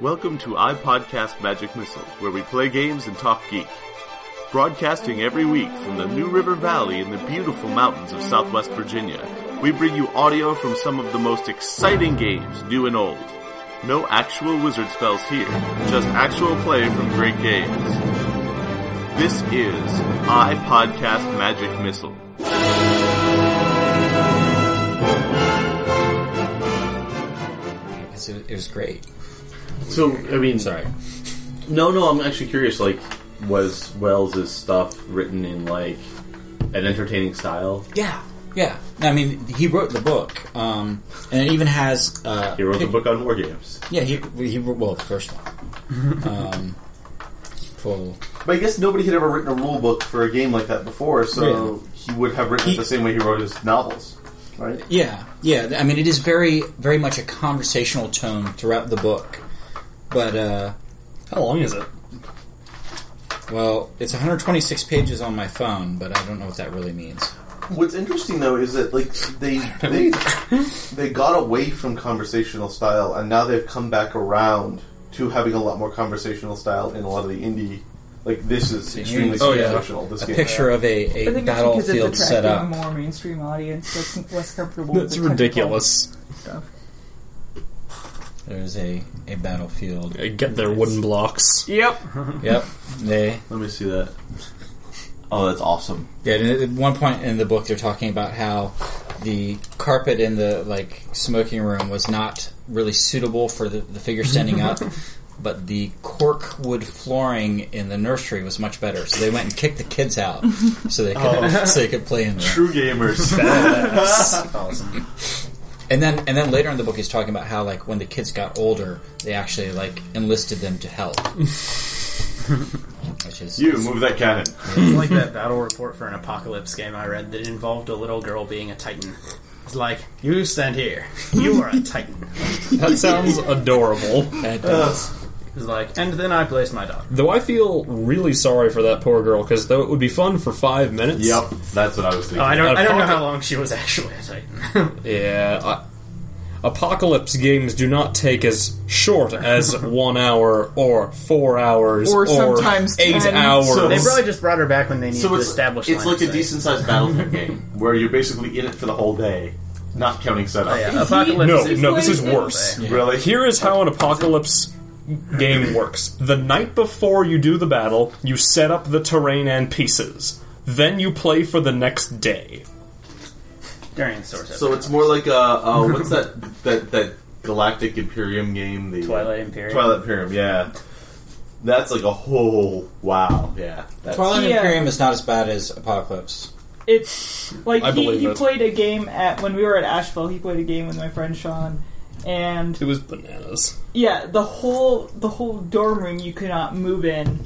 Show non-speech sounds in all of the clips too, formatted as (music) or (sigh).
Welcome to iPodcast Magic Missile, where we play games and talk geek. Broadcasting every week from the New River Valley in the beautiful mountains of Southwest Virginia, we bring you audio from some of the most exciting games, new and old. No actual wizard spells here, just actual play from great games. This is iPodcast Magic Missile. because it, was- it was great. So, I mean, Sorry. No, no, I'm actually curious. Like, was Wells's stuff written in like an entertaining style? Yeah, yeah. I mean, he wrote the book, um, and it even has. Uh, He wrote the pic- book on war games. Yeah, he he wrote well the first one. um, full. But I guess nobody had ever written a rule book for a game like that before, so he would have written He- it the same way he wrote his novels, right? Yeah, yeah. I mean, it is very very much a conversational tone throughout the book, but uh, How long is it? well, it's 126 pages on my phone, but I don't know what that really means. What's interesting though is that like they they they got away from conversational style, and now they've come back around to having a lot more conversational style in a lot of the indie. Like this is extremely Oh, yeah. conversational. This A game. picture of a, I a think it's because battlefield it's set attracting a up. more mainstream audience that's less comfortable. with That's the technical ridiculous. Stuff. There's a, a battlefield. I get their wooden blocks. Yep. Yep. They Let me see that. Oh, that's awesome. Yeah, and at one point in the book, they're talking about how the carpet in the like smoking room was not really suitable for the, the figure standing (laughs) up, but the cork wood flooring in the nursery was much better. So they went and kicked the kids out so they could so they could play in there. Oh. True (laughs) gamers. And then and then later in the book, he's talking about how like when the kids got older, they actually like enlisted them (laughs) to help. Which is you move that cannon. It's like that battle report for an apocalypse game I read that involved a little girl being a titan. It's like, you stand here. You are a titan. That sounds adorable. that does. It's like, and then I placed my dog. Though I feel really sorry for that poor girl, because though it would be fun for five minutes. Yep, that's what I was thinking. Oh, I don't, I don't know Apocalypse. how long she was actually a titan. Yeah. I, apocalypse games do not take as short as one hour or four hours Or sometimes eight 10. hours. So- they probably just brought her back when they needed So to it's, establish it's line like of a sight. decent sized battletech game where you're basically in it for the whole day, not counting setup. Oh, yeah. Apocalypse No, is no, this is Explain it. worse. Really? Here is how an apocalypse game works. The night before you do the battle, you set up the terrain and pieces. Then you play for the next day. during source So it's more like a uh, what's that that that Galactic Imperium game? The Twilight Imperium. Twilight Imperium, yeah. That's like a whole wow, yeah. That's, Twilight Yeah. Imperium is not as bad as Apocalypse. It's like I he, believe he it. played a game at when we were at Asheville. He played a game with my friend Sean, and It was bananas. yeah, the whole the whole dorm room you could not move in.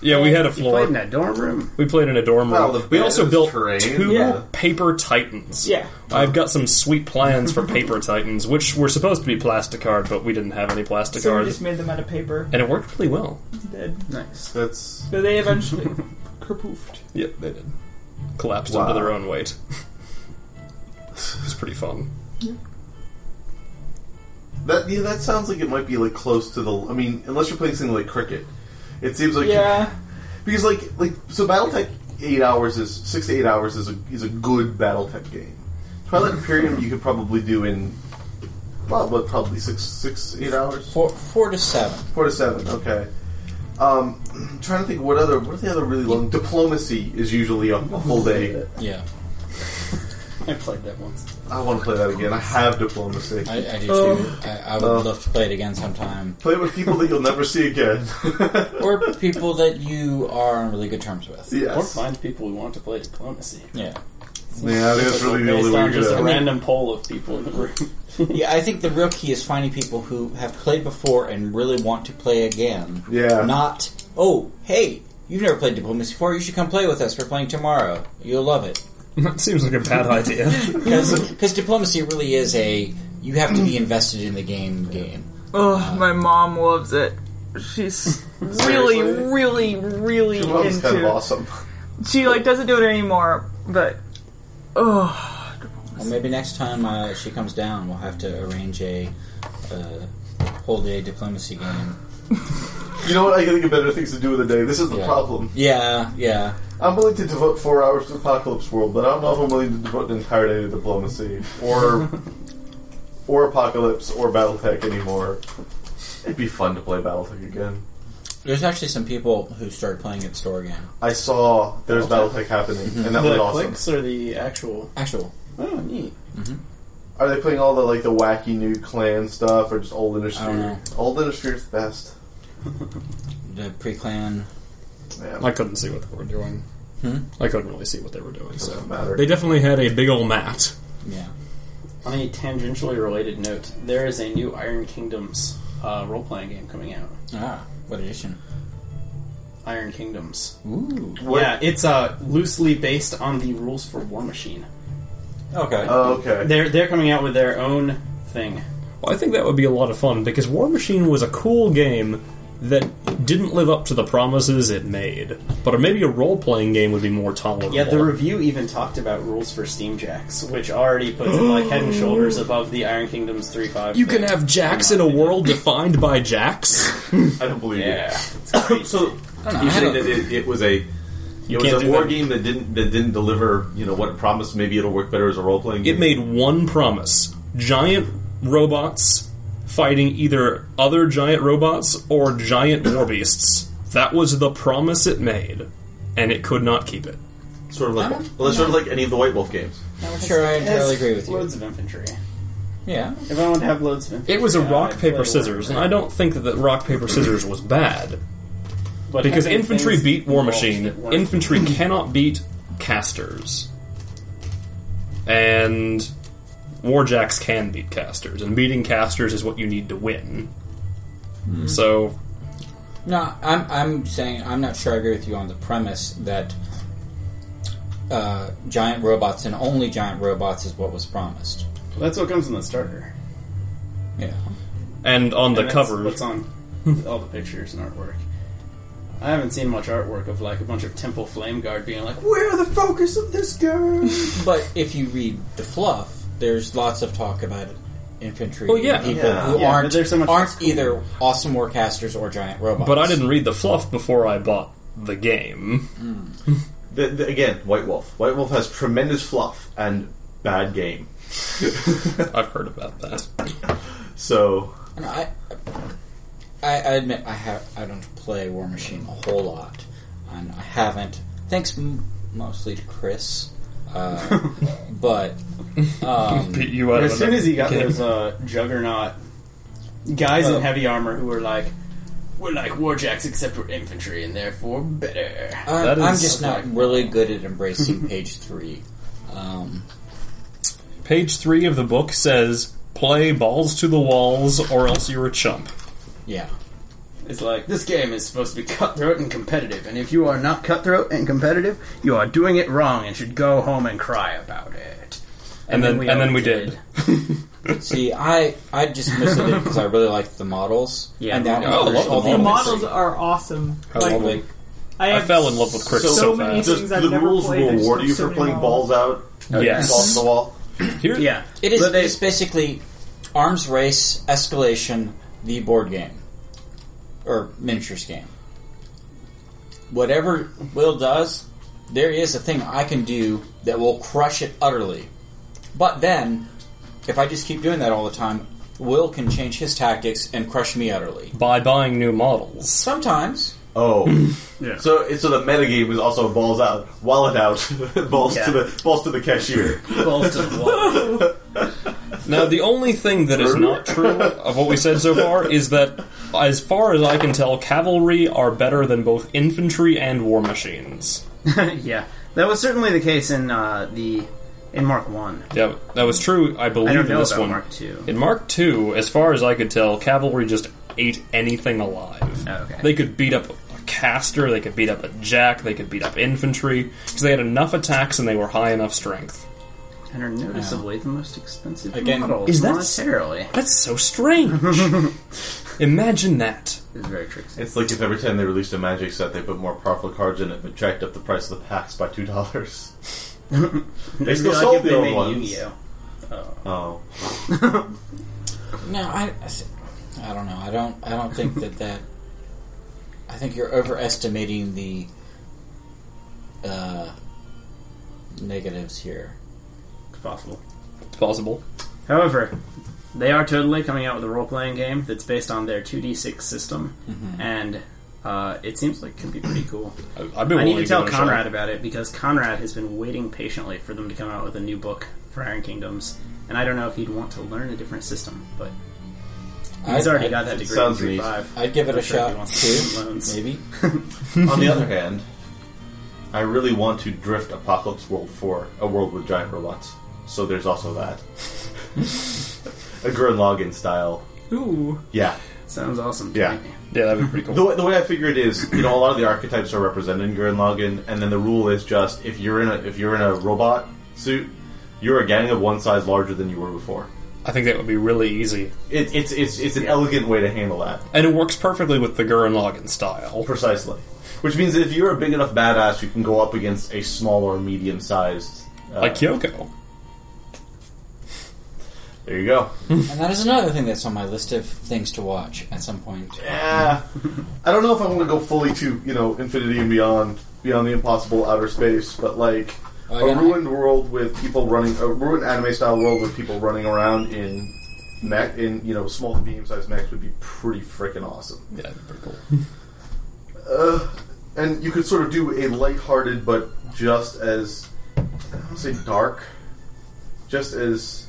Yeah, we had a You played in floor. that dorm room? We played in a dorm room. Wow, the we also bed built is terrain. two Yeah. paper titans. Yeah. I've got some sweet plans for paper titans, which were supposed to be plastic card, but we didn't have any plastic So we cards, just made them out of paper. and it worked really well. Dead. Nice. that's So they (laughs) eventually kerpoofed. Yep, they did. Collapsed Wow. under their own weight. it was (laughs) pretty fun. that yeah, that sounds like it might be like close to the I mean, unless you're playing something like cricket. It seems like Yeah, because like like so Battletech eight hours is six to eight hours is a is a good Battletech game. Twilight Imperium you could probably do in well, what, probably six six eight hours? Four four to seven. Four to seven. Okay. Um, (clears throat) I'm trying to think what other what are the other really long diplomacy is usually a, a full day. Yeah, I played that once. I want to play that again. I have diplomacy. I, I do too. I, I would love to play it again sometime. Play with people that you'll never see again. Or people that you are on really good terms with. Or yes. find people who want to play diplomacy. Yeah. Yeah, I think that's really the only Based way on to just a do it. random poll of people in the room. Yeah, I think the real key is finding people who have played before and really want to play again. Yeah. Not, oh, hey, you've never played Diplomacy before, you should come play with us. We're playing tomorrow. You'll love it. That seems like a (laughs) bad idea. (laughs) Because Diplomacy really is a, you have to be invested in the game game. Oh, my mom loves it. (laughs) She's really, really, really Your mom's into. kind of awesome. She like doesn't do it anymore, but oh, Well, maybe next time uh, she comes down, we'll have to arrange a uh, whole day diplomacy game. You know what? I can think of better things to do with the day. This is the Yeah. problem. Yeah, yeah. I'm willing to devote four hours to Apocalypse World, but I don't know if I'm willing to devote an entire day to diplomacy (laughs) or or Apocalypse or BattleTech anymore. It'd be fun to play BattleTech again. There's actually some people who started playing it store again. I saw there's BattleTech happening, Mm-hmm. and that was The awesome. clicks or the actual? Actual. Oh, neat. Are they playing all the like the wacky new clan stuff or just old industry? I don't know. Old industry's the best. The pre clan. Yeah, I couldn't see what they were doing. I couldn't really see what they were doing. So Hmm? doesn't matter. they definitely had a big old mat. Yeah. On a tangentially related note, there is a new Iron Kingdoms uh, role playing game coming out. Ah, what edition? Iron Kingdoms. Ooh. What- Yeah, it's uh, loosely based on the rules for War Machine. Okay. Oh, okay. They're they're coming out with their own thing. Well, I think that would be a lot of fun because War Machine was a cool game that didn't live up to the promises it made. But maybe a role playing game would be more tolerable. Yeah, the review even talked about rules for Steam Jacks, which already (gasps) puts it like head and shoulders above the Iron Kingdoms three five. you can have jacks in a world defined by (laughs) jacks. I don't believe Yeah, you. So don't know, you I saying don't- that it, it was a it was can't a do war that. game that didn't that didn't deliver you know what it promised. Maybe it'll work better as a role playing. It made one promise giant robots fighting either other giant robots or giant war beasts. That was the promise it made, and it could not keep it. sort of like I don't- well, it's sort of like any of the White Wolf games. I'm not sure I entirely agree with you. Loads of infantry. Yeah. If I want to have loads of infantry, It was a yeah, rock, I'd play paper, War scissors, and I Machine. don't think that the rock, paper, scissors was bad. But Because having infantry things beat war involved machine. that weren't- Infantry cannot beat casters. And warjacks can beat casters, and beating casters is what you need to win. Hmm. So No, I'm, I'm saying I'm not sure I agree with you on the premise that uh, giant robots and only giant robots is what was promised. That's what comes in the starter. Yeah. and on the And that's cover What's on all the pictures and artwork. I haven't seen much artwork of like a bunch of Temple Flame Guard being like, "We're the focus of this game." (laughs) But if you read the fluff, there's lots of talk about infantry Well, Oh, yeah. people Yeah. who Yeah, but aren't, there's so much aren't that's cool. either awesome warcasters or giant robots. but I didn't read the fluff before I bought the game. The, the, again, White Wolf. White Wolf has tremendous fluff and bad game. (laughs) I've heard about that. So And I, I, I admit I have I don't play War Machine a whole lot, and I haven't. Thanks m- mostly to Chris, uh, but um, Beat you out as of soon another as he got game. those uh, juggernaut guys Oh. in heavy armor who were like, "We're like warjacks except we're infantry and therefore better." Uh, I'm, I'm is- just not really good at embracing page three. Um, Page three of the book says play balls to the walls or else you're a chump. yeah, It's like this game is supposed to be cutthroat and competitive, and if you are not cutthroat and competitive, you are doing it wrong and should go home and cry about it. And, then, and then all we did. see, I I just missed it because I really liked the models. Yeah, and that one, I love there's the all The Obviously. models are awesome. Like, lovely. I, I have fell in love with Chris so, so, many fast. does things the I've never rules played. There's reward so you for many playing models. balls out? Yes. Balls to the wall? Here, Yeah, It is But they- it's basically arms race escalation, the board game or miniatures game. Whatever Will does, there is a thing I can do that will crush it utterly. But then, if I just keep doing that all the time, Will can change his tactics and crush me utterly. by buying new models. Sometimes, (laughs) Oh, Yeah. So so the metagame is also balls out, wallet out, (laughs) balls Yeah. to the balls to the cashier. balls (laughs) to the wall. Now, the only thing that is not true of what we said so far is that, as far as I can tell, cavalry are better than both infantry and war machines. (laughs) yeah, that was certainly the case in uh, the in Mark One. Yeah, that was true, I believe, I don't in know this about one. Mark Two. In Mark II, as far as I could tell, cavalry just ate anything alive. Oh, okay. They could beat up a caster, they could beat up a jack, they could beat up infantry, because they had enough attacks and they were high enough strength. and are noticeably the most expensive Again, models is that- monetarily. That's so (laughs) strange! Imagine that. It's very tricksy. It's like if every time they released a magic set, they put more powerful cards in it, but jacked up the price of the packs by two dollars. (laughs) they still like sold Oh. if they the old made ones. Yu-Gi-Oh. Oh, no, I, I don't know. I don't. I don't think that that. I think you're overestimating the uh, negatives here. It's possible. It's possible. However, they are totally coming out with a role playing game that's based on their 2d6 system, Mm-hmm. and uh, it seems like it can be pretty cool. I, I've been. I wanting need to give tell it a Conrad Shot. about it because Conrad has been waiting patiently for them to come out with a new book for Iron Kingdoms, and I don't know if he'd want to learn a different system, but he's I'd- already I'd- got that degree in sounds three neat. five. I'd give it a sure if he shot wants to too, loans. maybe. On the other (laughs) hand, I really want to drift Apocalypse World for a world with giant robots. So there's also that. (laughs) a Gurren Lagann style. Ooh, Yeah. sounds awesome. to Yeah. me. Yeah, that'd be pretty cool. The way, the way I figure it is, you know, a lot of the archetypes are represented in Gurren Lagann, and then the rule is just if you're in a if you're in a robot suit, you're a gang of one size larger than you were before. I think that would be really easy, It, it's it's it's an elegant way to handle that, and it works perfectly with the Gurren Lagann style. precisely. Which means that if you're a big enough badass, you can go up against a small or medium sized. Uh, Like Kyoko. there you go. And that is another thing that's on my list of things to watch at some point. Yeah, I don't know if I want to go fully to you know infinity and beyond, beyond the impossible outer space, but like Oh, a yeah. ruined world with people running, a ruined anime style world with people running around in mech, in you know small to medium sized mechs would be pretty freaking awesome. Yeah, that'd be pretty cool. Uh, and you could sort of do a lighthearted but just as I don't say dark, just as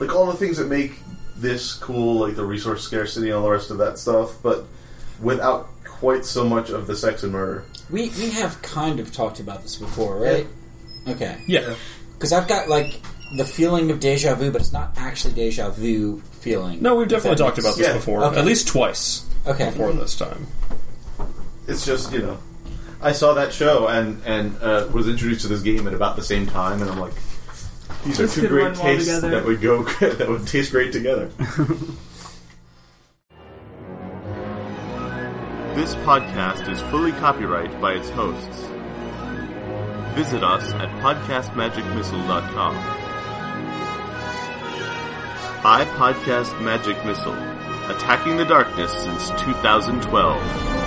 like all the things that make this cool, like the resource scarcity and all the rest of that stuff, but without quite so much of the sex and murder. We we have kind of talked about this before, right? Okay. Yeah, Because I've got like the feeling of deja vu, but it's not actually deja vu feeling. no, we've If that definitely talked makes- about this Yeah, before, okay. at least twice Okay. before this time. It's just you know, I saw that show and and uh, was introduced to this game at about the same time, and I'm like. These are This two could great run well tastes together. that would go (laughs) that would taste great together. This podcast is fully copyright by its hosts. Visit us at podcastmagicmissile.com. I Podcast Magic Missile, attacking the darkness since 2012.